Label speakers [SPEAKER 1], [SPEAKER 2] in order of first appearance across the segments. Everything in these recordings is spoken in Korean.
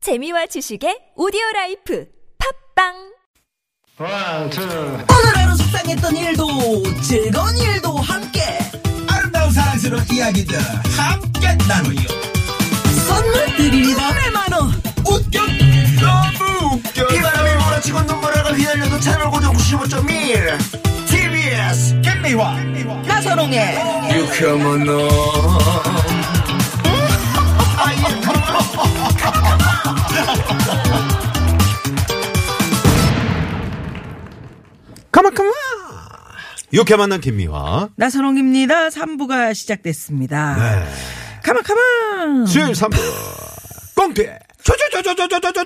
[SPEAKER 1] 재미와 지식의 오디오 라이프 팝빵
[SPEAKER 2] One, two.
[SPEAKER 3] 오늘 하루 속상했던 일도 즐거운 일도 함께
[SPEAKER 4] 아름다운 사랑스러운 이야기들 함께 나누요.
[SPEAKER 3] 선물 드립니다 100만원
[SPEAKER 4] 웃겨 너무 웃겨.
[SPEAKER 5] 바람이 몰아치고 눈물을 휘날려도 채널 고정 95.1 TBS
[SPEAKER 4] 김미화
[SPEAKER 3] 나선홍의
[SPEAKER 5] 유쾌한 너
[SPEAKER 6] 가만 가만 이렇게 만난 김미화
[SPEAKER 3] 나선홍입니다 3부가 시작됐습니다
[SPEAKER 7] 네.
[SPEAKER 3] 가만 가만
[SPEAKER 6] 수요일 3부 꽁태
[SPEAKER 4] 초초초초초초초초초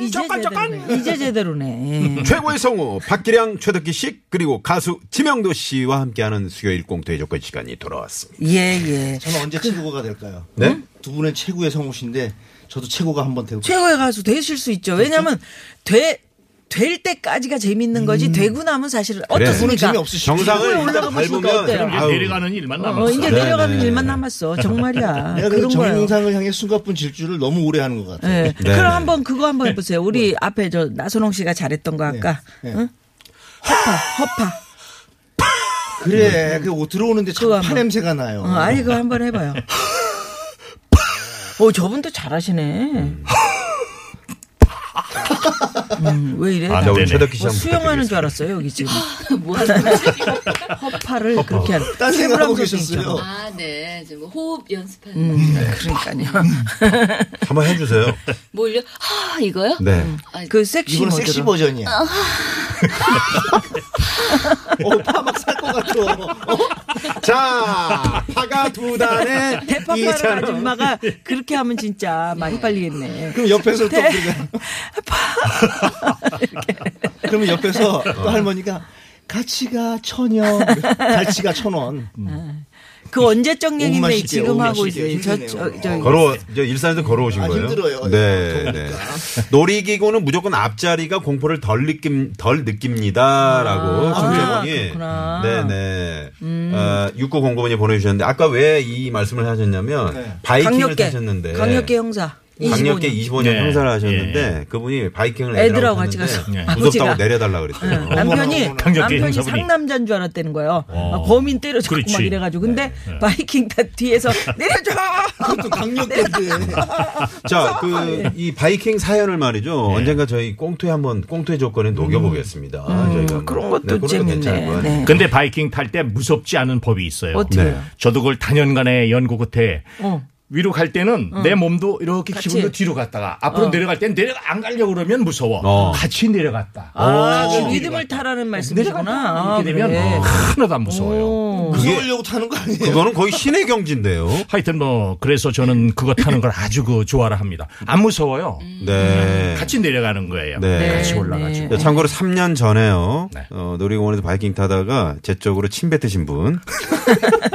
[SPEAKER 3] 이제
[SPEAKER 7] 음,
[SPEAKER 4] 초간 초간
[SPEAKER 3] 제대로네
[SPEAKER 4] 초간.
[SPEAKER 3] 이제 제대로네 예.
[SPEAKER 6] 최고의 성우 박기량 최덕기 씨 그리고 가수 지명도 씨와 함께하는 수요일 꽁태 조건 시간이 돌아왔습니다
[SPEAKER 3] 예, 예.
[SPEAKER 7] 저는 언제 최고가 될까요?
[SPEAKER 6] 네?
[SPEAKER 3] 음?
[SPEAKER 7] 두 분은 최고의 성우신데 저도 최고가 한번 되고
[SPEAKER 3] 최고의 가수 되실 수 있죠 왜냐면
[SPEAKER 7] 그렇죠.
[SPEAKER 3] 돼, 될 때까지가 재밌는 거지
[SPEAKER 7] 음.
[SPEAKER 3] 되고 나면 사실
[SPEAKER 7] 저는
[SPEAKER 3] 어떻습니까
[SPEAKER 7] 재미없으시죠?
[SPEAKER 6] 정상을 일단
[SPEAKER 3] 올라가 보시니까
[SPEAKER 6] 밟으면
[SPEAKER 3] 어때요?
[SPEAKER 6] 아우,
[SPEAKER 8] 내려가는 일만
[SPEAKER 3] 어,
[SPEAKER 8] 남았어.
[SPEAKER 3] 이제 내려가는 일만 남았어 정말이야
[SPEAKER 7] 그렇죠. 네. 내가 그
[SPEAKER 3] 그런 거예요
[SPEAKER 7] 정상을 향해 순간뿐 질주를 너무 오래 하는 것 같아요.
[SPEAKER 3] 예.
[SPEAKER 6] 네.
[SPEAKER 3] 그럼 한번 그거 한번 해보세요. 우리 앞에 저 나선홍 씨가 잘했던 거 아까.
[SPEAKER 7] 네.
[SPEAKER 3] 응? 허파, 허파.
[SPEAKER 7] 그래, 그 들어오는데
[SPEAKER 3] 그거
[SPEAKER 7] 자꾸
[SPEAKER 3] 한번.
[SPEAKER 7] 파 냄새가 나요.
[SPEAKER 3] 어, 아니, 그거 한번 해봐요. 어, 저분도 잘하시네. 음, 왜 이래?
[SPEAKER 6] 아, 나 오늘 최덕기 씨
[SPEAKER 3] 뭐
[SPEAKER 6] 한번
[SPEAKER 3] 수영하는 줄
[SPEAKER 6] 부탁드리겠습니다.
[SPEAKER 3] 알았어요, 여기 지금.
[SPEAKER 7] 아,
[SPEAKER 3] 뭐 하는 거지? 허파를 그렇게 하는.
[SPEAKER 7] 딴 생각하고 계셨어요.
[SPEAKER 9] 아, 네. 지금 호흡 연습하는.
[SPEAKER 3] 음, 그러니까요.
[SPEAKER 6] 한번 해주세요
[SPEAKER 9] 뭘요? 뭐 하, 이거요?
[SPEAKER 6] 네
[SPEAKER 3] 그 섹시
[SPEAKER 7] 아, 이번엔
[SPEAKER 3] 모드로.
[SPEAKER 7] 섹시 버전이야.
[SPEAKER 3] 아.
[SPEAKER 7] 어, 파막 살 것 같아. 어?
[SPEAKER 6] 자, 파가 두 단에
[SPEAKER 3] 대파파는 아줌마가 그렇게 하면 진짜 많이 빨리겠네.
[SPEAKER 7] 예. 그럼 옆에서 또
[SPEAKER 3] 대-
[SPEAKER 7] 우리가. 그러면 옆에서 또 할머니가 가치가 천여, 가치가 천원.
[SPEAKER 3] 그 언제적
[SPEAKER 7] 옷만
[SPEAKER 3] 얘기인데
[SPEAKER 7] 시계,
[SPEAKER 3] 지금
[SPEAKER 7] 옷만
[SPEAKER 3] 하고
[SPEAKER 7] 시계.
[SPEAKER 3] 있어요. 저, 저,
[SPEAKER 7] 힘드네요.
[SPEAKER 3] 저,
[SPEAKER 6] 걸어 이제 일산에서 걸어오신
[SPEAKER 7] 아,
[SPEAKER 6] 거예요?
[SPEAKER 7] 힘들어요.
[SPEAKER 6] 네, 네. 놀이기구는 무조건 앞자리가 공포를 덜 느낌 덜 느낍니다라고
[SPEAKER 3] 아,
[SPEAKER 6] 김재원이
[SPEAKER 3] 그렇구나. 음.
[SPEAKER 6] 네, 네. 어, 6909번이 보내 주셨는데 아까 왜 이 말씀을 하셨냐면 바이킹을
[SPEAKER 3] 강력계.
[SPEAKER 6] 타셨는데
[SPEAKER 3] 강력계 형사. 25
[SPEAKER 6] 강력계
[SPEAKER 3] 년.
[SPEAKER 6] 25년
[SPEAKER 8] 네.
[SPEAKER 6] 행사를 하셨는데 그분이 바이킹을
[SPEAKER 3] 애들하고
[SPEAKER 6] 애들하고
[SPEAKER 3] 같이
[SPEAKER 6] 탔는데
[SPEAKER 3] 가서. 네.
[SPEAKER 6] 무섭다고
[SPEAKER 3] 아버지가.
[SPEAKER 6] 내려달라
[SPEAKER 3] 네,
[SPEAKER 6] 그랬대요.
[SPEAKER 3] 남편이
[SPEAKER 8] 강력계
[SPEAKER 3] 남편이
[SPEAKER 8] 형사분이.
[SPEAKER 3] 상남자인 줄 알았다는 거예요.
[SPEAKER 8] 어.
[SPEAKER 3] 막 범인 때려주고
[SPEAKER 8] 그렇지.
[SPEAKER 3] 막 이래가지고 근데 바이킹 다 뒤에서 내려줘. 네,
[SPEAKER 7] 그것도 강력한데.
[SPEAKER 6] 자, 그 이 바이킹 사연을 말이죠. 언젠가 저희 꽁투에 한번 꽁투의 조건에 녹여보겠습니다. 저희가 한번.
[SPEAKER 3] 음,
[SPEAKER 6] 네,
[SPEAKER 3] 그런 것도
[SPEAKER 6] 그런 거 괜찮을 것
[SPEAKER 3] 재밌네.
[SPEAKER 6] 같아요.
[SPEAKER 3] 네.
[SPEAKER 8] 근데 바이킹 탈 때 무섭지 않은 법이 있어요.
[SPEAKER 3] 어떻게요?
[SPEAKER 6] 네.
[SPEAKER 8] 저도 그걸 단연간의 연구 끝에
[SPEAKER 3] 어.
[SPEAKER 8] 위로 갈 때는 내 몸도 이렇게
[SPEAKER 3] 같이.
[SPEAKER 8] 기분도 뒤로 갔다가 앞으로 내려갈 땐 내려가 안 가려고 그러면 무서워.
[SPEAKER 6] 어.
[SPEAKER 8] 같이 내려갔다.
[SPEAKER 3] 아, 그 리듬을 타라는 말씀이시구나.
[SPEAKER 8] 내려갔다.
[SPEAKER 3] 아,
[SPEAKER 8] 이렇게 되면 어.
[SPEAKER 3] 그래.
[SPEAKER 8] 하나도 안 무서워요.
[SPEAKER 7] 무서우려고 타는 거 아니에요?
[SPEAKER 6] 그거는 거의 신의 경지인데요.
[SPEAKER 8] 하여튼 뭐 그래서 저는 그거 타는 걸 아주 그 좋아라 합니다. 안 무서워요.
[SPEAKER 6] 네.
[SPEAKER 8] 같이 내려가는 거예요.
[SPEAKER 6] 네.
[SPEAKER 8] 같이 올라가죠.
[SPEAKER 6] 네, 참고로 3년 전에요.
[SPEAKER 8] 네.
[SPEAKER 6] 어, 놀이공원에서 바이킹 타다가 제 쪽으로 침 뱉으신 분.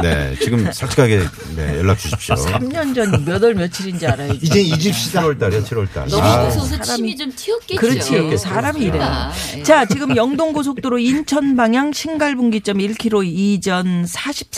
[SPEAKER 6] 네, 지금 솔직하게 네, 연락 주십시오.
[SPEAKER 3] 3년 전 몇 월 며칠인지 알아야지.
[SPEAKER 7] 이젠 잊읍시다.
[SPEAKER 6] 7월달이요, 7월달.
[SPEAKER 9] 너무
[SPEAKER 6] 아,
[SPEAKER 9] 웃어서 침이 좀 튀었겠죠.
[SPEAKER 3] 그렇지. 사람이 이래.
[SPEAKER 9] 아, 예.
[SPEAKER 3] 자, 지금 영동고속도로 인천 방향 신갈분기점 1km 이전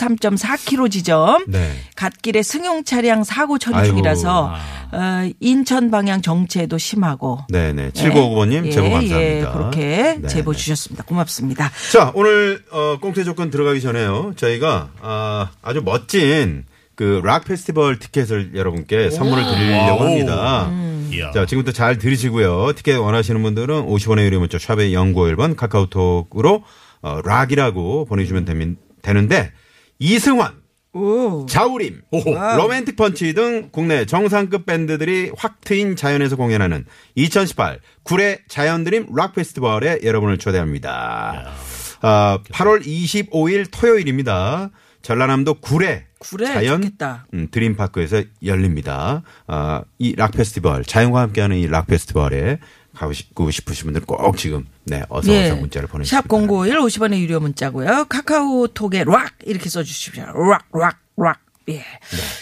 [SPEAKER 3] 43.4km 지점.
[SPEAKER 6] 네.
[SPEAKER 3] 갓길에 승용 차량 사고 처리 중이라서 어, 인천 방향 정체도 심하고.
[SPEAKER 6] 네네. 7959번님,
[SPEAKER 3] 예,
[SPEAKER 6] 제보 감사합니다.
[SPEAKER 3] 예, 그렇게
[SPEAKER 6] 네,
[SPEAKER 3] 제보
[SPEAKER 6] 네.
[SPEAKER 3] 주셨습니다. 고맙습니다.
[SPEAKER 6] 자, 오늘 어, 꽁태 조건 들어가기 전에요. 저희가 아, 아주 멋진 그 락 페스티벌 티켓을 여러분께 선물을 드리려고
[SPEAKER 8] 와우.
[SPEAKER 6] 합니다.
[SPEAKER 8] 이야.
[SPEAKER 6] 자, 지금부터 잘 들으시고요. 티켓 원하시는 분들은 50원의 유료 문자 샵의 연구 1번 카카오톡으로 어, 락이라고 보내주시면 되민, 되는데 이승환
[SPEAKER 3] 오.
[SPEAKER 6] 자우림, 아. 로맨틱 펀치 등 국내 정상급 밴드들이 확 트인 자연에서 공연하는 2018 구례 자연드림 락 페스티벌에 여러분을 초대합니다. 아, 8월 25일 토요일입니다. 전라남도 구례,
[SPEAKER 3] 구례
[SPEAKER 6] 자연
[SPEAKER 3] 좋겠다.
[SPEAKER 6] 음, 드림파크에서 열립니다. 아, 이 락 페스티벌, 자연과 함께하는 이 락 페스티벌에 가고 싶고 싶으신 분들 꼭 지금 네, 어서 어서 문자를 보내주세요.
[SPEAKER 3] 예. 샵 051, 50원의 유료 문자고요. 카카오톡에 락 이렇게 써주십시오. 락, 락, 락. 예.
[SPEAKER 6] 네.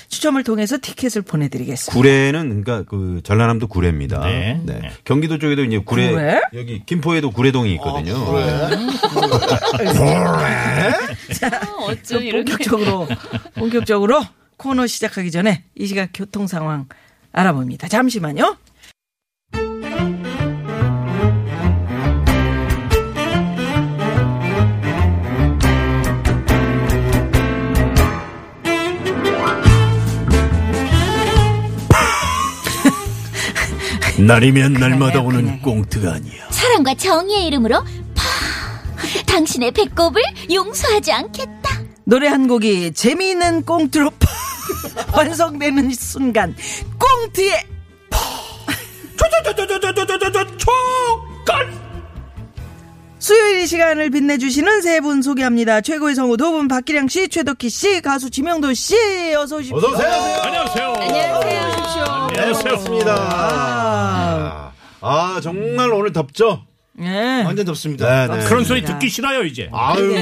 [SPEAKER 3] 추첨을 통해서 티켓을 보내드리겠습니다.
[SPEAKER 6] 구례는 그러니까 그 전라남도 구례입니다.
[SPEAKER 8] 네.
[SPEAKER 6] 네.
[SPEAKER 8] 네.
[SPEAKER 6] 경기도 쪽에도 이제 구례,
[SPEAKER 3] 구례?
[SPEAKER 6] 여기 김포에도 구례동이 있거든요. 네.
[SPEAKER 9] 어쩜 이렇게. 어,
[SPEAKER 3] 본격적으로 본격적으로 코너 시작하기 전에 이 시각 교통 상황 알아봅니다. 잠시만요.
[SPEAKER 8] 날이면
[SPEAKER 3] 날마다 오는 그냥 해요.
[SPEAKER 8] 꽁트가 아니야.
[SPEAKER 10] 사랑과 정의의 이름으로 파 당신의 배꼽을 용서하지 않겠다.
[SPEAKER 3] 노래 한 곡이 재미있는 꽁트로 완성되는 순간 꽁트의 수요일 이 시간을 빛내주시는 세 분 소개합니다. 최고의 성우 두 분 박기량 씨, 최덕희 씨, 가수 지명도 씨 어서 오십시오.
[SPEAKER 6] 어서 오세요.
[SPEAKER 8] 안녕하세요.
[SPEAKER 9] 안녕하세요.
[SPEAKER 6] 반갑습니다. 아 정말 오늘 덥죠?
[SPEAKER 3] 예.
[SPEAKER 7] 완전 덥습니다.
[SPEAKER 6] 네, 네.
[SPEAKER 8] 그런 소리 듣기 싫어요 이제.
[SPEAKER 6] 아유.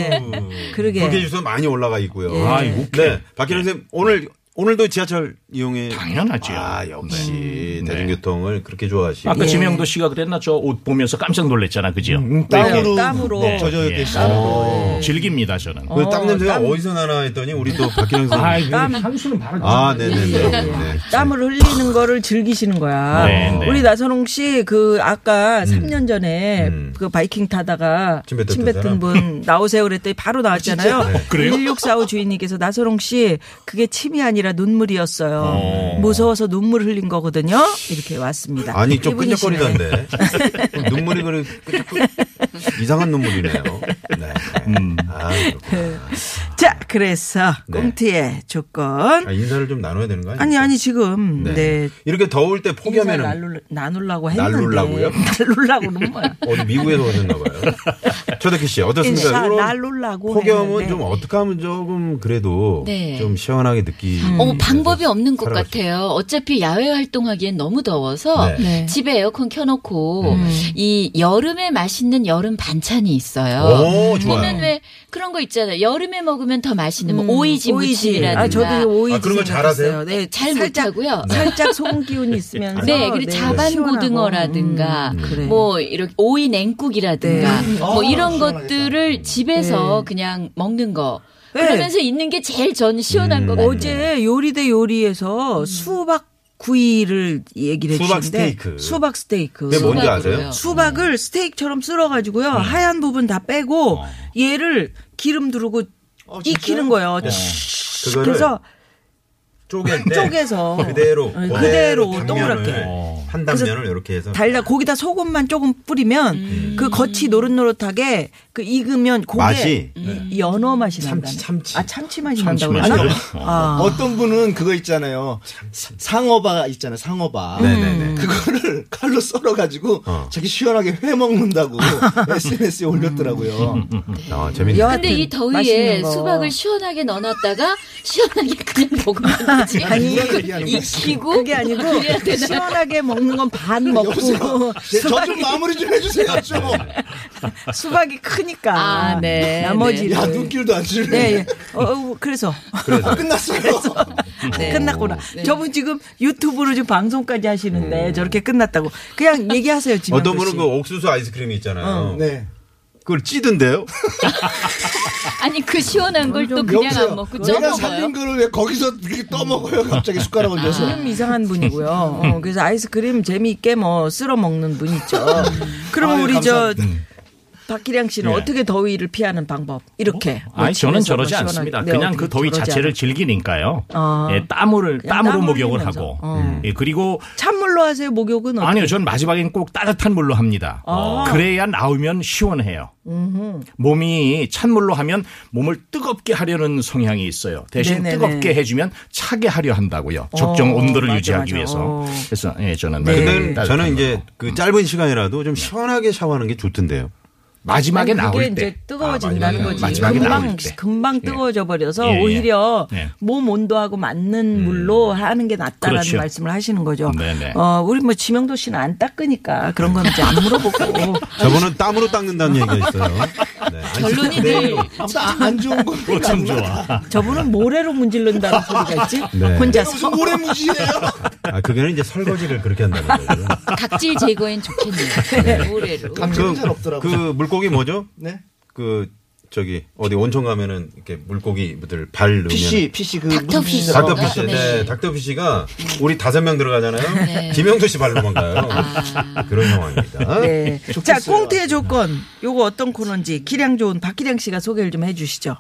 [SPEAKER 3] 그러게.
[SPEAKER 6] 그게 주소 많이 올라가 있고요.
[SPEAKER 8] 아이고.
[SPEAKER 6] 네, 박기량 선생님 오늘 오늘도 지하철 이용해
[SPEAKER 8] 당연하죠. 네.
[SPEAKER 6] 아 역시 대중교통을 그렇게
[SPEAKER 3] 예.
[SPEAKER 6] 좋아하시고
[SPEAKER 8] 아까 지명도 씨가 그랬나 저 옷 보면서 깜짝 놀랐잖아 그죠?
[SPEAKER 6] 음,
[SPEAKER 7] 땀으로,
[SPEAKER 3] 땀으로.
[SPEAKER 8] 네.
[SPEAKER 7] 젖어
[SPEAKER 8] 예.
[SPEAKER 7] 계시
[SPEAKER 8] 어, 즐깁니다 저는. 음.
[SPEAKER 6] 그 땀 냄새가 어디서 나나 했더니 우리 또 박기량
[SPEAKER 3] 아,
[SPEAKER 6] 선생님
[SPEAKER 8] 향수는 바로
[SPEAKER 6] 아 네네네 네.
[SPEAKER 3] 예, 땀을 흘리는 거를 즐기시는 거야.
[SPEAKER 8] 네, 네.
[SPEAKER 3] 우리 나선홍 씨 그 아까 3년 전에 그 바이킹 타다가
[SPEAKER 6] 음. 침 뱉었던
[SPEAKER 3] 침 뱉은
[SPEAKER 6] 사람? 어,
[SPEAKER 3] 분 나오세요 그랬더니 바로 나왔잖아요.
[SPEAKER 8] 그래요?
[SPEAKER 3] 1645 주인님께서 나선홍 씨 그게 침이 아니라 눈물이었어요. 무서워서 눈물 흘린 거거든요. 이렇게 왔습니다.
[SPEAKER 6] 아니 좀
[SPEAKER 3] 이분이시네.
[SPEAKER 6] 끈적거리던데 눈물이 그래 끈적끈 이상한 눈물이네요. 네. 아, 그렇구나.
[SPEAKER 3] 자, 그래서
[SPEAKER 6] 네.
[SPEAKER 3] 꽁트의 조건.
[SPEAKER 6] 아, 인사를 좀 나눠야 되는 거 아니에요?
[SPEAKER 3] 아니 아니 지금 네.
[SPEAKER 6] 이렇게 더울 때
[SPEAKER 3] 인사를
[SPEAKER 6] 포기하면은
[SPEAKER 3] 나눌- 나누려고 했는데
[SPEAKER 6] 나눌라고요?
[SPEAKER 3] 나눌라고는 뭐야?
[SPEAKER 6] 어디 미국에서 오셨나 봐요. 초대키 씨 어떻습니까?
[SPEAKER 3] 인사
[SPEAKER 6] 요런
[SPEAKER 3] 나눌라고
[SPEAKER 6] 폭염은
[SPEAKER 3] 했는데.
[SPEAKER 6] 좀 어떻게 하면 조금 그래도
[SPEAKER 9] 네.
[SPEAKER 6] 좀 시원하게 느끼.
[SPEAKER 9] 어, 방법이 없는 것
[SPEAKER 6] 살아가시죠.
[SPEAKER 9] 같아요. 어차피 야외 활동하기엔 너무 더워서
[SPEAKER 6] 네.
[SPEAKER 3] 네.
[SPEAKER 9] 집에 에어컨 켜놓고 이 여름에 맛있는 여름 반찬이 있어요.
[SPEAKER 6] 네. 오 좋아요.
[SPEAKER 9] 보면 왜 그런 거 있잖아요. 여름에 먹으면 더 맛있는 뭐 오이지
[SPEAKER 3] 음, 오이지.
[SPEAKER 9] 무침이라든가.
[SPEAKER 3] 아, 저도 오이지.
[SPEAKER 6] 아, 그런 거 잘하세요?
[SPEAKER 3] 생각했어요. 네,
[SPEAKER 9] 잘
[SPEAKER 3] 살짝-
[SPEAKER 9] 못하고요.
[SPEAKER 3] 살짝 소금 기운이 있으면서.
[SPEAKER 9] 네, 그리고 자반
[SPEAKER 3] 시원하고.
[SPEAKER 9] 고등어라든가
[SPEAKER 3] 아, 음, 그래.
[SPEAKER 9] 뭐 이렇게 오이 냉국이라든가
[SPEAKER 3] 네.
[SPEAKER 9] 뭐
[SPEAKER 7] 아,
[SPEAKER 9] 이런
[SPEAKER 7] 시원하겠다.
[SPEAKER 9] 것들을 집에서 그냥 먹는 거
[SPEAKER 3] 네.
[SPEAKER 9] 그러면서 있는 게 제일 전 시원한
[SPEAKER 7] 음.
[SPEAKER 9] 것 같아요.
[SPEAKER 3] 어제 요리 대 요리에서
[SPEAKER 9] 음.
[SPEAKER 3] 수박 구이를 얘기를
[SPEAKER 6] 수박
[SPEAKER 3] 해주는데
[SPEAKER 6] 스테이크.
[SPEAKER 3] 수박 스테이크.
[SPEAKER 6] 근데 뭔지
[SPEAKER 9] 수박으로요.
[SPEAKER 6] 아세요? 음.
[SPEAKER 3] 수박을 스테이크처럼 썰어가지고요 하얀 부분 다 빼고
[SPEAKER 6] 어.
[SPEAKER 3] 얘를 기름 두르고 익히는 거예요. 슉.
[SPEAKER 6] 네. 그거를
[SPEAKER 3] 그래서
[SPEAKER 6] 쪼갤 때
[SPEAKER 3] 쪼개서
[SPEAKER 6] 그대로
[SPEAKER 3] 네, 그대로
[SPEAKER 6] 그대로
[SPEAKER 3] 동그랗게.
[SPEAKER 6] 한 단면을 이렇게 해서
[SPEAKER 3] 달라 거기다 소금만 조금 뿌리면 그 겉이 노릇노릇하게 그 익으면 고게
[SPEAKER 6] 맛이? 네.
[SPEAKER 3] 연어 맛이 난다.
[SPEAKER 6] 참치, 참치.
[SPEAKER 3] 아 참치 맛이
[SPEAKER 8] 참치
[SPEAKER 3] 난다고
[SPEAKER 8] 맛이
[SPEAKER 3] 그러나?
[SPEAKER 8] 나요?
[SPEAKER 3] 아.
[SPEAKER 7] 어떤 분은 그거 있잖아요. 상어바 있잖아요. 상어바.
[SPEAKER 6] 음. 네네네.
[SPEAKER 7] 그거를 칼로 썰어가지고 자기 시원하게 회 먹는다고 SNS에 올렸더라고요.
[SPEAKER 6] 아 재밌네.
[SPEAKER 3] 여하튼
[SPEAKER 9] 근데
[SPEAKER 3] 맛있는
[SPEAKER 9] 이 더위에
[SPEAKER 3] 거.
[SPEAKER 9] 수박을 시원하게 넣어놨다가 시원하게 그냥 먹으면 되지.
[SPEAKER 7] 아니,
[SPEAKER 9] 그걸
[SPEAKER 7] 얘기하는 거지.
[SPEAKER 9] 익히고
[SPEAKER 3] 그게 아니고
[SPEAKER 9] 그래야 되나?
[SPEAKER 3] 시원하게 먹는 건 반 먹고
[SPEAKER 11] 네,
[SPEAKER 7] 저 좀 마무리 좀 해주세요. 좀.
[SPEAKER 3] 수박이 크니까
[SPEAKER 9] 아, 네,
[SPEAKER 3] 나머지를
[SPEAKER 7] 야 눈길도 안
[SPEAKER 3] 예,
[SPEAKER 7] 주네.
[SPEAKER 3] 예. 어, 어, 그래서
[SPEAKER 7] 아, 끝났어요.
[SPEAKER 9] 네.
[SPEAKER 3] 끝났구나. 저분 지금 유튜브로 지금 방송까지 하시는데 저렇게 끝났다고 그냥 얘기하세요 지금.
[SPEAKER 6] 음. 어떤 분은 그 옥수수 아이스크림이
[SPEAKER 11] 어.
[SPEAKER 6] 있잖아요.
[SPEAKER 7] 네.
[SPEAKER 6] 그걸 찌던데요?
[SPEAKER 9] 아니 그 시원한 걸 또 그냥 안 먹고 쪄
[SPEAKER 7] 내가 살린
[SPEAKER 9] 먹어요.
[SPEAKER 7] 거를 왜 거기서 이렇게 떠먹어요? 갑자기 숟가락 올려서.
[SPEAKER 3] 좀 이상한 분이고요. 어, 그래서 아이스크림 재미있게 뭐 쓸어 먹는 분 있죠. 그러면
[SPEAKER 7] 아유,
[SPEAKER 3] 우리
[SPEAKER 7] 감사합니다.
[SPEAKER 3] 저 박기량 씨는
[SPEAKER 8] 네. 예. 어?
[SPEAKER 3] 어떻게 더위를 피하는 방법 이렇게? 뭐
[SPEAKER 8] 아니 저는
[SPEAKER 3] 집에서 뭐
[SPEAKER 8] 저러지
[SPEAKER 3] 시원하게.
[SPEAKER 8] 않습니다.
[SPEAKER 3] 네,
[SPEAKER 8] 그냥
[SPEAKER 3] 어떻게
[SPEAKER 8] 그 더위
[SPEAKER 3] 저러지
[SPEAKER 8] 자체를
[SPEAKER 3] 않아요?
[SPEAKER 8] 즐기니까요.
[SPEAKER 3] 아.
[SPEAKER 8] 예, 땀을
[SPEAKER 3] 그냥
[SPEAKER 8] 땀으로
[SPEAKER 3] 땀
[SPEAKER 8] 목욕을
[SPEAKER 3] 흘리면서.
[SPEAKER 8] 하고
[SPEAKER 3] 어.
[SPEAKER 8] 예, 그리고
[SPEAKER 3] 찬물로 하세요 목욕은 어떻게?
[SPEAKER 8] 아니요, 전 마지막엔 꼭 따뜻한 물로 합니다.
[SPEAKER 3] 아.
[SPEAKER 8] 그래야 나오면 시원해요. 몸이 찬물로 하면 몸을 뜨겁게 하려는 성향이 있어요. 대신
[SPEAKER 3] 네네네. 어,
[SPEAKER 8] 뜨겁게 해주면 차게 하려 한다고요. 적정 온도를
[SPEAKER 3] 맞아,
[SPEAKER 8] 유지하기
[SPEAKER 3] 맞아.
[SPEAKER 8] 위해서.
[SPEAKER 3] 어.
[SPEAKER 8] 그래서 예, 저는
[SPEAKER 6] 근데
[SPEAKER 8] 따뜻한
[SPEAKER 6] 저는 이제
[SPEAKER 8] 걸로.
[SPEAKER 6] 그 짧은 시간이라도 좀 시원하게 샤워하는 게 좋던데요.
[SPEAKER 8] 마지막에
[SPEAKER 3] 아니, 그게
[SPEAKER 8] 나올
[SPEAKER 3] 이제
[SPEAKER 8] 때
[SPEAKER 3] 뜨거워진다는
[SPEAKER 6] 아,
[SPEAKER 3] 거지.
[SPEAKER 8] 마지막에
[SPEAKER 3] 금방
[SPEAKER 8] 나올 때.
[SPEAKER 3] 금방
[SPEAKER 8] 예.
[SPEAKER 3] 뜨거워져 버려서
[SPEAKER 8] 예, 예.
[SPEAKER 3] 오히려
[SPEAKER 8] 예. 음.
[SPEAKER 3] 몸 온도하고 맞는 물로 하는 게 낫다라는
[SPEAKER 8] 그렇죠.
[SPEAKER 3] 말씀을 하시는 거죠.
[SPEAKER 8] 네네.
[SPEAKER 3] 어, 우리 뭐 지명도 씨는 안 닦으니까 그런 건 이제 안 물어보고.
[SPEAKER 6] 저분은 땀으로 닦는다는 얘기가 있어요. 네. 아니,
[SPEAKER 9] 결론이 늘
[SPEAKER 7] 아무튼 안 좋은 거.
[SPEAKER 8] 참 좋아.
[SPEAKER 3] 저분은 모래로 문질른다는 소리가 있지?
[SPEAKER 6] 네.
[SPEAKER 3] 혼자서.
[SPEAKER 7] 무슨 모래 무지예요?
[SPEAKER 6] 아, 그게는 이제 설거지를 그렇게 한다는 거예요.
[SPEAKER 9] 아, 각질 제거엔 좋겠네요. 모래로.
[SPEAKER 7] 감정 잘 없더라고요.
[SPEAKER 6] 그 물고기 뭐죠?
[SPEAKER 7] 네.
[SPEAKER 6] 그 저기 어디 온천 가면은 이렇게 물고기들 발 넣으면
[SPEAKER 7] PC PC 그 무슨
[SPEAKER 9] 닥터피쉬.
[SPEAKER 7] 피쉬인가?
[SPEAKER 6] 닥터피쉬. 네. 닥터피쉬가 우리 다섯 명 들어가잖아요. 김영도 씨 발로만 가요. 그런 상황입니다.
[SPEAKER 3] 네. 자,
[SPEAKER 7] 좋겠어요.
[SPEAKER 3] 꽁트의 조건. 요거 어떤 코너인지 기량 좋은 박기량 씨가 소개를 좀 해주시죠.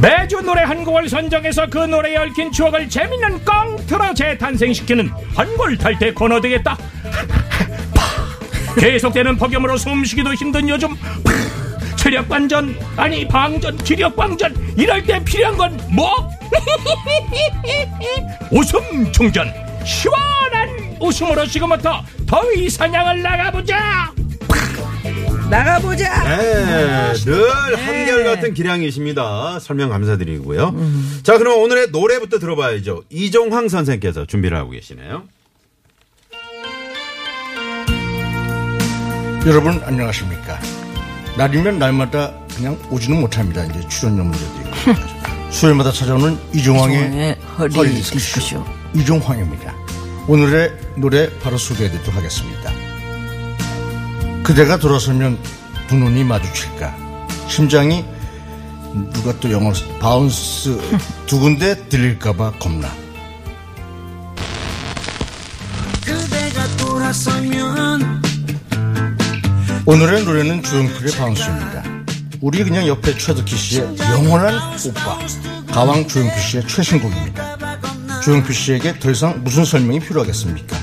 [SPEAKER 8] 매주 노래 한 곡을 선정해서 그 노래에 얽힌 추억을 재밌는 꽁트로 재탄생시키는 한골탈태 코너 되겠다. 계속되는 폭염으로 숨쉬기도 힘든 요즘 체력 반전 아니 방전 기력 방전 이럴 때 필요한 건 뭐? 웃음 충전 시원한 웃음으로 지금부터 더위 사냥을 나가보자.
[SPEAKER 3] 나가보자!
[SPEAKER 6] 네, 늘 한결같은 기량이십니다. 설명 감사드리고요.
[SPEAKER 3] 음.
[SPEAKER 6] 자, 그럼 오늘의 노래부터 들어봐야죠. 이종황 선생께서 준비를 하고 계시네요.
[SPEAKER 11] 여러분 안녕하십니까? 날이면 날마다 그냥 오지는 못합니다. 이제 출연료 문제도 있고 수요일마다 찾아오는 이종황의
[SPEAKER 3] 이종황의 허리
[SPEAKER 11] 허리 디스크쇼
[SPEAKER 3] 디스크쇼.
[SPEAKER 11] 이종황입니다. 오늘의 노래 바로 소개해드리도록 하겠습니다. 그대가 돌아서면 두 눈이 마주칠까 심장이 누가 또 영어 바운스 두 군데 들릴까봐 겁나 오늘의 노래는 조용필의 바운스입니다. 우리 그냥 옆에 최덕희 씨의 영원한 오빠, 가왕 조용필 씨의 최신곡입니다. 조용필 씨에게 더 이상 무슨 설명이 필요하겠습니까?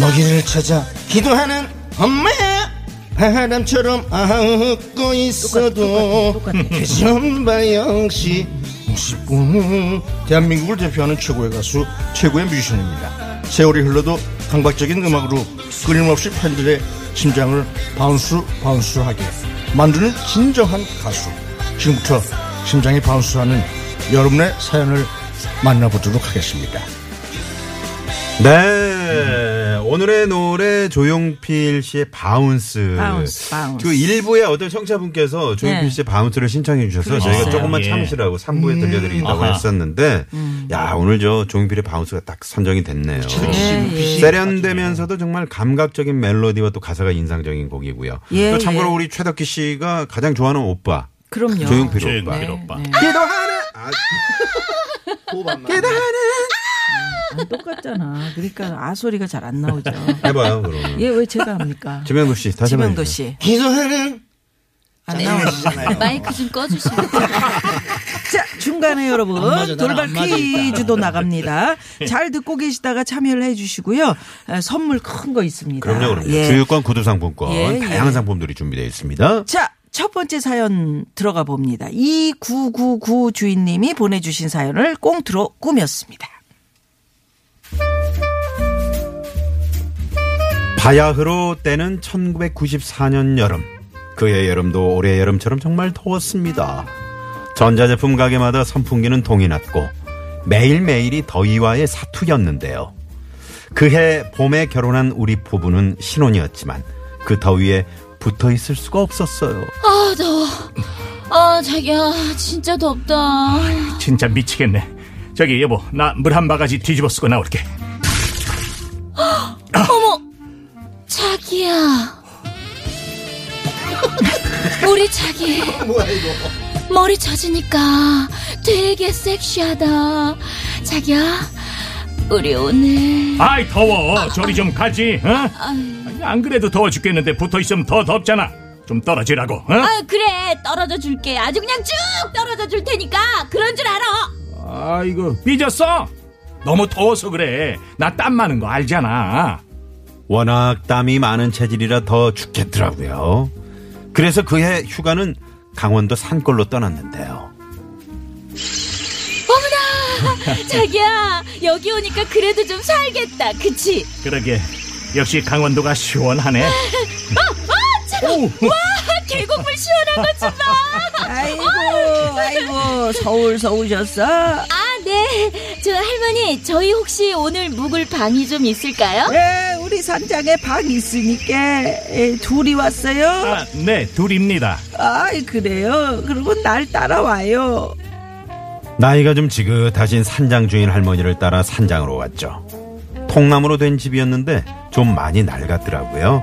[SPEAKER 11] 먹이를 찾아 기도하는 엄마야! 바람처럼 안고 있어도 대전바영시 대한민국을 대표하는 최고의 가수, 최고의 뮤지션입니다. 세월이 흘러도 강박적인 음악으로 끊임없이 팬들의 심장을 바운스 바운스하게 만드는 진정한 가수. 지금부터 심장이 바운스하는 여러분의 사연을 만나보도록 하겠습니다.
[SPEAKER 6] 네.
[SPEAKER 3] 음.
[SPEAKER 6] 오늘의 노래 조용필 씨의 바운스.
[SPEAKER 3] 바운스, 바운스.
[SPEAKER 6] 그 일부의 어떤 청자분께서 조용필
[SPEAKER 3] 네. 음.
[SPEAKER 6] 씨의 바운스를 신청해 주셔서
[SPEAKER 3] 그러셨어요.
[SPEAKER 6] 저희가 조금만
[SPEAKER 8] 예.
[SPEAKER 6] 참으시라고 3부에 들려드리겠다고
[SPEAKER 8] 아하.
[SPEAKER 6] 했었는데,
[SPEAKER 3] 음.
[SPEAKER 6] 야, 오늘 저 조용필의 바운스가 딱 선정이 됐네요.
[SPEAKER 3] 예, 예.
[SPEAKER 6] 세련되면서도 정말 감각적인 멜로디와 또 가사가 인상적인 곡이고요.
[SPEAKER 3] 예,
[SPEAKER 6] 또 참고로
[SPEAKER 3] 예.
[SPEAKER 6] 우리 최덕기 씨가 가장 좋아하는 오빠.
[SPEAKER 3] 그럼요.
[SPEAKER 6] 조용필 오빠.
[SPEAKER 8] 조용필 오빠.
[SPEAKER 3] 안 똑같잖아. 그러니까 아 소리가 잘 안 나오죠.
[SPEAKER 6] 해봐요, 그러면.
[SPEAKER 3] 얘 왜 제가 합니까?
[SPEAKER 6] 지명도 씨, 다시
[SPEAKER 3] 예.
[SPEAKER 6] 한번
[SPEAKER 3] 지명도
[SPEAKER 6] 해주세요.
[SPEAKER 3] 씨.
[SPEAKER 11] 기도하는
[SPEAKER 3] 안 나오시잖아요.
[SPEAKER 9] 마이크 좀 꺼주시면
[SPEAKER 3] 자, 중간에 여러분
[SPEAKER 11] 맞아, 나랑
[SPEAKER 3] 돌발
[SPEAKER 11] 안 맞아,
[SPEAKER 3] 퀴즈도 나갑니다. 잘 듣고 계시다가 참여를 해주시고요. 에, 선물 큰 거 있습니다.
[SPEAKER 6] 그럼요, 그럼요.
[SPEAKER 3] 예.
[SPEAKER 6] 주유권, 구두상품권,
[SPEAKER 3] 예,
[SPEAKER 6] 다양한
[SPEAKER 3] 예.
[SPEAKER 6] 상품들이 준비되어 있습니다.
[SPEAKER 3] 자, 첫 번째 사연 들어가 봅니다. 2999 주인님이 보내주신 사연을 꽁트로 꾸몄습니다.
[SPEAKER 6] 바야흐로 때는 1994년 여름. 그해 여름도 올해 여름처럼 정말 더웠습니다. 전자제품 가게마다 선풍기는 동이 났고 매일매일이 더위와의 사투였는데요. 그해 봄에 결혼한 우리 부부는 신혼이었지만 그 더위에 붙어 있을 수가 없었어요.
[SPEAKER 10] 아 더워. 아 자기야 진짜 덥다.
[SPEAKER 8] 진짜 미치겠네. 저기 여보, 나 물 한 바가지 뒤집어 쓰고 나올게.
[SPEAKER 10] 자기야. 우리 자기. 머리 젖으니까 되게 섹시하다. 자기야, 우리 오늘.
[SPEAKER 8] 아이 더워. 저리 좀 가지. 어? 아니, 안 그래도 더워 죽겠는데 붙어 있으면 더 덥잖아. 좀 떨어지라고. 어?
[SPEAKER 10] 아, 그래. 떨어져 줄게. 아주 그냥 쭉 떨어져 줄 테니까. 그런 줄 알아.
[SPEAKER 8] 아이고 삐졌어. 너무 더워서 그래. 나 땀 많은 거 알잖아.
[SPEAKER 6] 워낙 땀이 많은 체질이라 더 죽겠더라고요. 그래서 그해 휴가는 강원도 산골로 떠났는데요.
[SPEAKER 10] 자기야, 여기 오니까 그래도 좀 살겠다. 그치?
[SPEAKER 8] 그러게. 역시 강원도가 시원하네. 오,
[SPEAKER 10] 아, 어, 계곡물 시원한 것 좀 봐.
[SPEAKER 3] 아이고, 아이고, 서울 서우셨어?
[SPEAKER 10] 아, 네. 저 할머니, 저희 혹시 오늘 묵을 방이 좀 있을까요?
[SPEAKER 3] 예, 우리 산장에 방 있으니까 예, 둘이 왔어요.
[SPEAKER 8] 아, 네 둘입니다.
[SPEAKER 3] 아이 그래요. 그리고 날 따라와요.
[SPEAKER 6] 나이가 좀 지긋하신 산장 주인 할머니를 따라 산장으로 왔죠. 통나무로 된 집이었는데 좀 많이 낡았더라고요.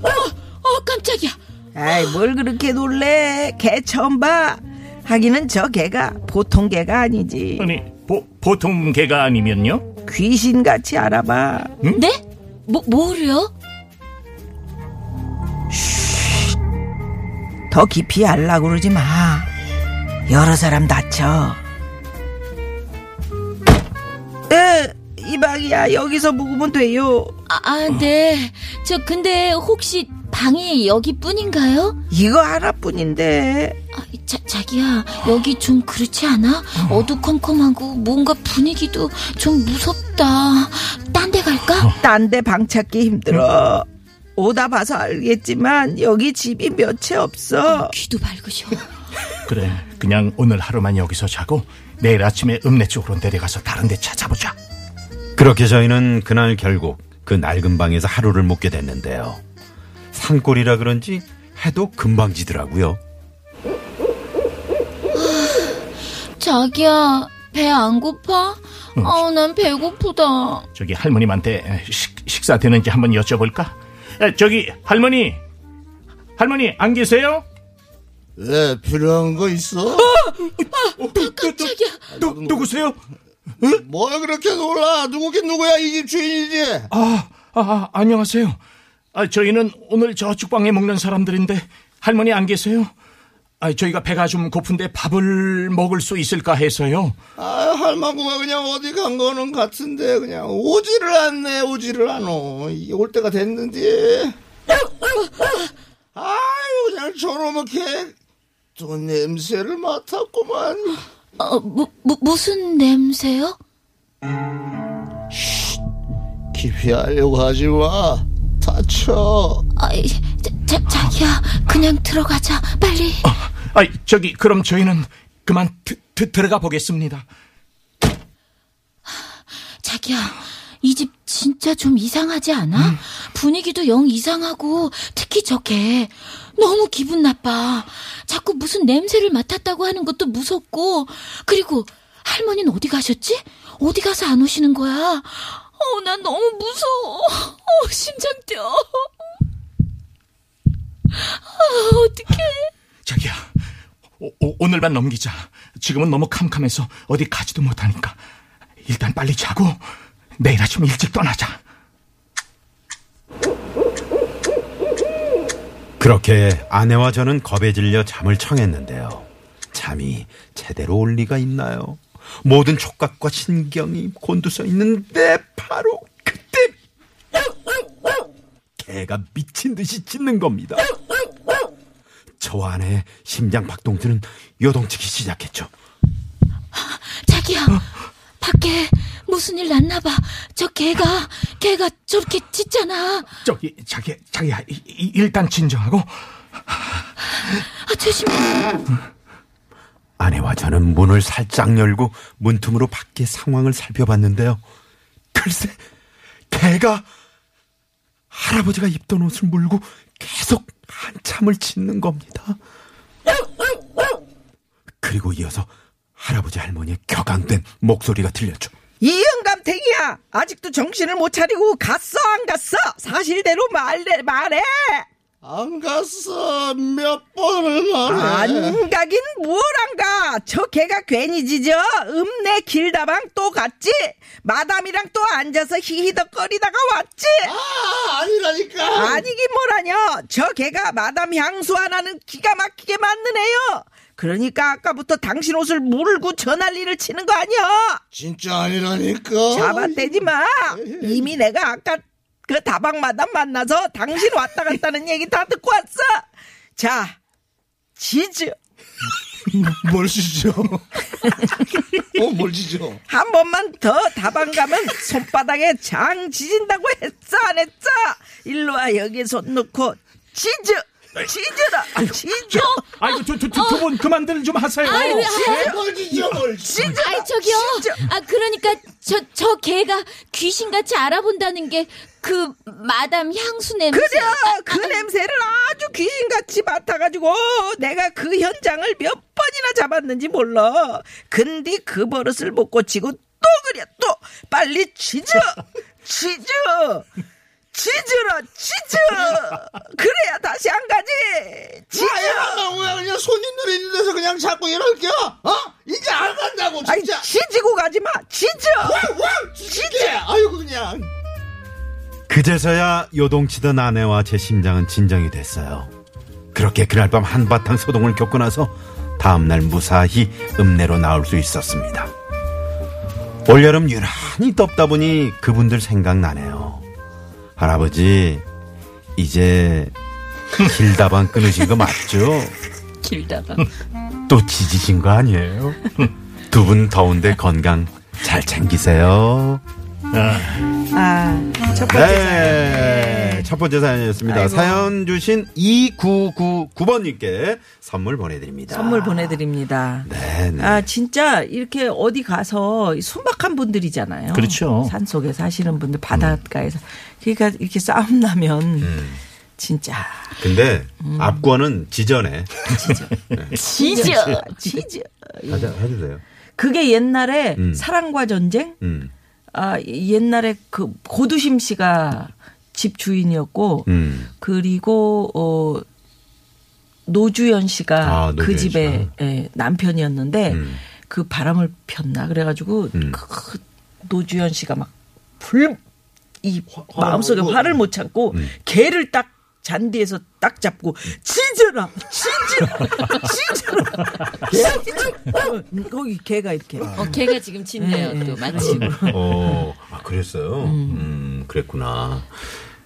[SPEAKER 9] 어 깜짝이야.
[SPEAKER 3] 아이 뭘 그렇게 놀래 개 처음 봐 하기는 저 개가 보통 개가 아니지
[SPEAKER 8] 아니 보, 보통 개가 아니면요?
[SPEAKER 3] 귀신같이 알아봐
[SPEAKER 9] 네? 뭐, 뭐를요?
[SPEAKER 3] 더 깊이 알라고 그러지 마 여러 사람 다쳐 에 이방이야 여기서 묵으면 돼요
[SPEAKER 9] 아, 아, 네. 저 근데 혹시 방이 여기뿐인가요?
[SPEAKER 3] 이거 하나뿐인데
[SPEAKER 9] 아, 자, 자기야, 여기 좀 그렇지 않아? 어두컴컴하고 뭔가 분위기도 좀 무섭다. 딴 데 갈까?
[SPEAKER 3] 딴 데 방 찾기 힘들어 오다 봐서 알겠지만 여기 집이 몇 채 없어
[SPEAKER 9] 귀도 밝으셔.
[SPEAKER 8] 그래 그냥 오늘 하루만 여기서 자고 내일 아침에 읍내 쪽으로 내려가서 다른 데 찾아보자
[SPEAKER 6] 그렇게 저희는 그날 결국 그 낡은 방에서 하루를 묵게 됐는데요. 산골이라 그런지 해도 금방 지더라고요.
[SPEAKER 9] 자기야, 배 안 고파? 아, 난 배고프다.
[SPEAKER 8] 저기 할머님한테 식, 식사 되는지 한번 여쭤볼까? 에, 저기 할머니 할머니 안 계세요?
[SPEAKER 11] 왜 필요한 거 있어?
[SPEAKER 9] 깜짝이야.
[SPEAKER 8] 누, 누구세요?
[SPEAKER 11] 뭘 그렇게 놀라? 누구긴 누구야 이 집 주인이지?
[SPEAKER 8] 아, 아, 아, 안녕하세요. 아, 저희는 오늘 저축 방에 먹는 사람들인데 할머니 안 계세요? 아, 저희가 배가 좀 고픈데 밥을 먹을 수 있을까 해서요.
[SPEAKER 11] 아 할망구가 그냥 어디 간 거는 같은데 그냥 오지를 않네 오지를 않어 이올 때가 됐는데 아유 그냥 저놈의 개또 냄새를 맡았구만
[SPEAKER 9] 어, 무, 무, 무슨 냄새요?
[SPEAKER 11] 기피하려고 하지 마 다쳐
[SPEAKER 9] 아이, 자, 자, 자기야, 그냥 들어가자. 빨리.
[SPEAKER 8] 아, 저기 그럼 저희는 그만 드, 드- 들어가 보겠습니다.
[SPEAKER 9] 자기야, 이 집 진짜 좀 이상하지 않아? 분위기도 영 이상하고, 특히 저게 너무 기분 나빠. 자꾸 무슨 냄새를 맡았다고 하는 것도 무섭고, 그리고 할머니는 어디 가셨지? 어디 가서 안 오시는 거야? 어, 난 너무 무서워. 어, 심장 뛰어. 아, 어떡해.
[SPEAKER 8] 자기야, 오, 늘만 넘기자. 지금은 너무 캄캄해서 어디 가지도 못하니까 일단 빨리 자고 내일 아침 일찍 떠나자.
[SPEAKER 6] 그렇게 아내와 저는 겁에 질려 잠을 청했는데요. 잠이 제대로 올 리가 있나요? 모든 촉각과 신경이 곤두서 있는데 바로 그때 개가 미친 듯이 짖는 겁니다. 저와 아내의 심장 박동수는 요동치기 시작했죠.
[SPEAKER 9] 자기야, 밖에 무슨 일 났나 봐. 저 개가, 개가 저렇게 짖잖아.
[SPEAKER 8] 저기 자기 자기야 이- 이- 일단 진정하고
[SPEAKER 9] 아, 조심해.
[SPEAKER 6] 아내와 저는 문을 살짝 열고 문틈으로 밖의 상황을 살펴봤는데요. 글쎄, 개가 할아버지가 입던 옷을 물고 계속 한참을 짖는 겁니다. 그리고 이어서 할아버지 할머니의 격앙된 목소리가 들렸죠.
[SPEAKER 3] 이 영감탱이야 아직도 정신을 못 차리고 갔어 안 갔어 사실대로 말해 말해
[SPEAKER 11] 안 갔어 몇 번을 말해
[SPEAKER 3] 안 가긴 뭘 안 가 저 개가 괜히 짖어 읍내 길다방 또 갔지 마담이랑 또 앉아서 히히덕거리다가 왔지
[SPEAKER 11] 아 아니라니까
[SPEAKER 3] 아니긴 뭐라뇨 저 개가 마담 향수 하나는 기가 막히게 맞는 애요 그러니까 아까부터 당신 옷을 물고 저 난리를 치는 거 아니야
[SPEAKER 11] 진짜 아니라니까
[SPEAKER 3] 잡아대지 마. 이미 내가 아까 그 다방마담 만나서 당신 왔다 갔다는 얘기 다 듣고 왔어. 자, 지즈
[SPEAKER 11] 뭘 지죠? 어, 뭘 지죠?
[SPEAKER 3] 한 번만 더 다방 가면 손바닥에 장 지진다고 했어 안 했어? 일로 와 여기 손 놓고 지즈 지즈라 지즈
[SPEAKER 8] 아이고 두두두 분 그만들 좀 하세요.
[SPEAKER 11] 뭘 지죠? 뭘 지죠?
[SPEAKER 3] 지즈
[SPEAKER 9] 아, 아이 저기요. 아 그러니까 저 저 개가 귀신같이 알아본다는 게 그 마담 향수 냄새. 아,
[SPEAKER 3] 그래 그 냄새를 아주 귀신같이 맡아가지고 내가 그 현장을 몇 번이나 잡았는지 몰라 근데 그 버릇을 못 고치고 또 그래 또 빨리 지져 지져 지져라 지져 그래야 다시 안 가지
[SPEAKER 7] 뭐야,
[SPEAKER 3] 지져
[SPEAKER 7] 뭐야, 그냥 손님들 있는 데서 그냥 자꾸 이럴게. 어? 이제 안 간다고,
[SPEAKER 3] 아니
[SPEAKER 7] 진짜.
[SPEAKER 3] 지지고 가지마 지져
[SPEAKER 7] 와, 와,
[SPEAKER 3] 지져.
[SPEAKER 7] 진짜. 아이고, 그냥.
[SPEAKER 6] 그제서야 요동치던 아내와 제 심장은 진정이 됐어요. 그렇게 그날 밤 한바탕 소동을 겪고 나서 다음날 무사히 읍내로 나올 수 있었습니다. 올여름 유난히 덥다 보니 그분들 생각나네요. 할아버지, 이제 길다방 끊으신 거 맞죠?
[SPEAKER 9] 길다가.
[SPEAKER 6] 또 지지신 거 아니에요? 두 분 더운데 건강 잘 챙기세요.
[SPEAKER 3] 아첫 번째
[SPEAKER 6] 네. 첫 번째 사연이었습니다. 사연 주신 2999번님께 선물 보내드립니다.
[SPEAKER 3] 선물 보내드립니다.
[SPEAKER 6] 네, 네.
[SPEAKER 3] 아 진짜 이렇게 어디 가서 이 순박한 분들이잖아요.
[SPEAKER 8] 그렇죠.
[SPEAKER 3] 산 속에 사시는 분들 바닷가에서 그러니까 이렇게 싸움 나면 진짜
[SPEAKER 6] 근데 앞권은 지전에.
[SPEAKER 3] 지져 지져.
[SPEAKER 6] 하자, 해주세요.
[SPEAKER 3] 그게 옛날에
[SPEAKER 6] 음.
[SPEAKER 3] 사랑과 전쟁
[SPEAKER 6] 음.
[SPEAKER 3] 아 옛날에 그 고두심 씨가 집 주인이었고
[SPEAKER 6] 음.
[SPEAKER 3] 그리고 어 노주현 씨가
[SPEAKER 6] 아, 노주현
[SPEAKER 3] 그 집의
[SPEAKER 6] 씨가.
[SPEAKER 3] 예, 남편이었는데
[SPEAKER 6] 음.
[SPEAKER 3] 그 바람을 폈나 그래가지고
[SPEAKER 6] 음.
[SPEAKER 3] 그 노주현 씨가 막불이
[SPEAKER 6] 어,
[SPEAKER 3] 마음속에 화를 못 참고 개를 딱 잔디에서 딱 잡고 치즈라 치즈라 치즈라 어, 거기 개가 이렇게
[SPEAKER 9] 어, 걔가 지금 짖네요, 또, 마침.
[SPEAKER 6] 어, 아, 그랬어요? 음, 그랬구나.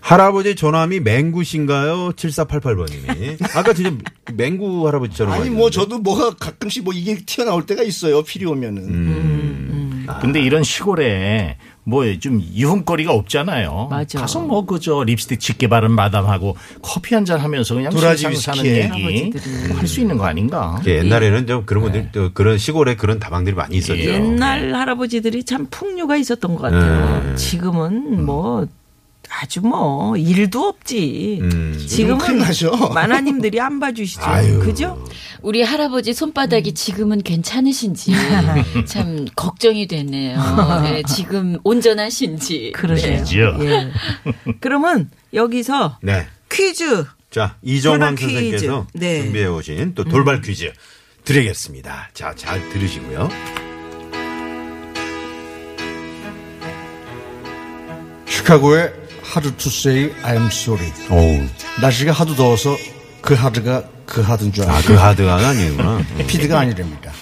[SPEAKER 6] 할아버지 전함이 맹구신가요? 7488번님이. 아까 진짜 맹구 할아버지처럼.
[SPEAKER 7] 아니, 뭐,
[SPEAKER 6] 하셨는데.
[SPEAKER 7] 저도 뭐가 가끔씩 뭐 이게 튀어나올 때가 있어요, 필요 오면은.
[SPEAKER 11] 음.
[SPEAKER 8] 근데 이런 시골에 뭐 좀 유흥거리가 없잖아요.
[SPEAKER 3] 맞아.
[SPEAKER 8] 가서 뭐 그저 립스틱 짙게 바른 마담하고 커피 한 잔 하면서 그냥
[SPEAKER 7] 도라지
[SPEAKER 8] 세상 사는
[SPEAKER 7] 위스키에.
[SPEAKER 8] 얘기
[SPEAKER 3] 할아버지들이.
[SPEAKER 8] 할 수 있는 거 아닌가?
[SPEAKER 6] 예, 옛날에는 좀 그런 분들, 또 그런 시골에 그런 다방들이 많이 있었죠.
[SPEAKER 3] 옛날 할아버지들이 참 풍류가 있었던 것 같아요.
[SPEAKER 6] 네. 음.
[SPEAKER 3] 지금은 뭐 아주 뭐 일도 없지.
[SPEAKER 6] 음.
[SPEAKER 7] 큰일
[SPEAKER 3] 지금은
[SPEAKER 7] 나죠.
[SPEAKER 3] 만화님들이 안 봐주시죠. 그죠?
[SPEAKER 9] 우리 할아버지 손바닥이 지금은 괜찮으신지 참 걱정이 되네요. 네, 지금 온전하신지.
[SPEAKER 3] 그러네요.
[SPEAKER 8] 지죠.
[SPEAKER 3] 예. 그러면 여기서
[SPEAKER 6] 네.
[SPEAKER 3] 퀴즈
[SPEAKER 6] 자, 이정환
[SPEAKER 3] 돌발 퀴즈.
[SPEAKER 6] 선생님께서
[SPEAKER 3] 네.
[SPEAKER 6] 준비해 오신 또 돌발 퀴즈 드리겠습니다. 자, 잘 들으시고요.
[SPEAKER 11] 시카고의 하드 투 세이 I'm sorry. 날씨가 하도 더워서 그 하드가 그 하드인 줄
[SPEAKER 6] 아,
[SPEAKER 11] 알았어요.
[SPEAKER 6] 그 하드가 아니구나. 음.
[SPEAKER 11] 피드가 아니랍니다.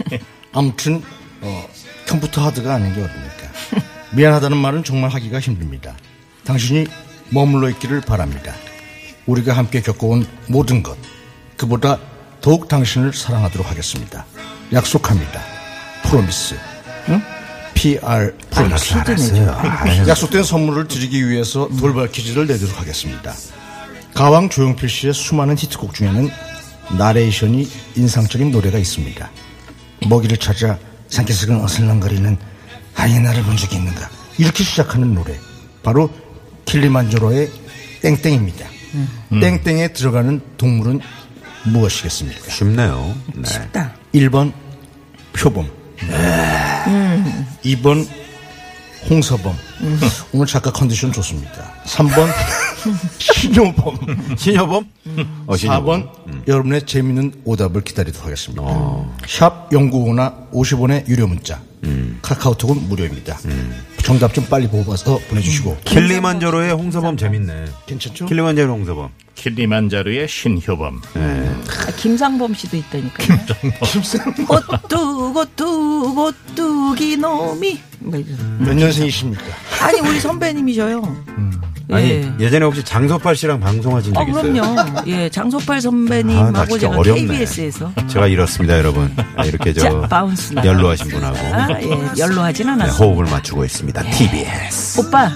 [SPEAKER 11] 아무튼 어, 컴퓨터 하드가 아닌 게 어딥니까? 미안하다는 말은 정말 하기가 힘듭니다. 당신이 머물러 있기를 바랍니다. 우리가 함께 겪어온 모든 것 그보다 더욱 당신을 사랑하도록 하겠습니다. 약속합니다. 프로미스. 응? PR 프로미스. 약속된 선물을 드리기 위해서 돌발 퀴즈를 내도록 하겠습니다. 가왕 조용필 씨의 수많은 히트곡 중에는 나레이션이 인상적인 노래가 있습니다. 먹이를 찾아 산기슭은 어슬렁거리는 하이에나를 본 적이 있는가 이렇게 시작하는 노래 바로 킬리만조로의 땡땡입니다. 땡땡에 들어가는 동물은 무엇이겠습니까?
[SPEAKER 6] 쉽네요. 네.
[SPEAKER 3] 딱
[SPEAKER 11] 1번 표범 음. 2번 홍서범 오늘 작가 컨디션 좋습니다. 3번 신효범
[SPEAKER 6] 신여범? 어, 신여범.
[SPEAKER 11] 4번 여러분의 재미있는 오답을 기다리도록 하겠습니다. 샵 연구나 50원의 유료 문자. 카카오톡은 무료입니다. 정답 좀 빨리 뽑아서 보내주시고
[SPEAKER 6] 킬리만자로의 홍서범 재밌네.
[SPEAKER 11] 음. 괜찮죠?
[SPEAKER 6] 킬리만자로 홍서범.
[SPEAKER 8] 킬리만자루의 신효범.
[SPEAKER 3] 아, 김상범 씨도 있다니까요. 오뚜고 뚜고 뚜기 놈이 뭐 이런.
[SPEAKER 6] 음.
[SPEAKER 11] 몇 년생이십니까?
[SPEAKER 3] 아니 우리 선배님이셔요.
[SPEAKER 6] 아니,
[SPEAKER 3] 예.
[SPEAKER 6] 예전에 혹시 장소팔 씨랑 방송하신 적
[SPEAKER 3] 어
[SPEAKER 6] 있어요?
[SPEAKER 3] 그럼요. 예 장소팔
[SPEAKER 6] 아, 나
[SPEAKER 3] 선배님하고
[SPEAKER 6] 진짜
[SPEAKER 3] 제가
[SPEAKER 6] 어렵네.
[SPEAKER 3] KBS에서
[SPEAKER 6] 제가 이렇습니다, 여러분. 아, 이렇게 저
[SPEAKER 3] 자, 바운스 나가.
[SPEAKER 6] 연로하신 분하고
[SPEAKER 3] 아, 네. 예, 연로하진
[SPEAKER 6] 네,
[SPEAKER 3] 않았어.
[SPEAKER 6] 호흡을 맞추고 있습니다. TBS
[SPEAKER 3] 오빠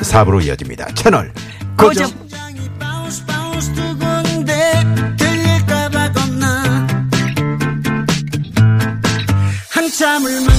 [SPEAKER 6] 4부로 이어집니다. 채널
[SPEAKER 3] 고정.
[SPEAKER 6] 고정.
[SPEAKER 12] 한참을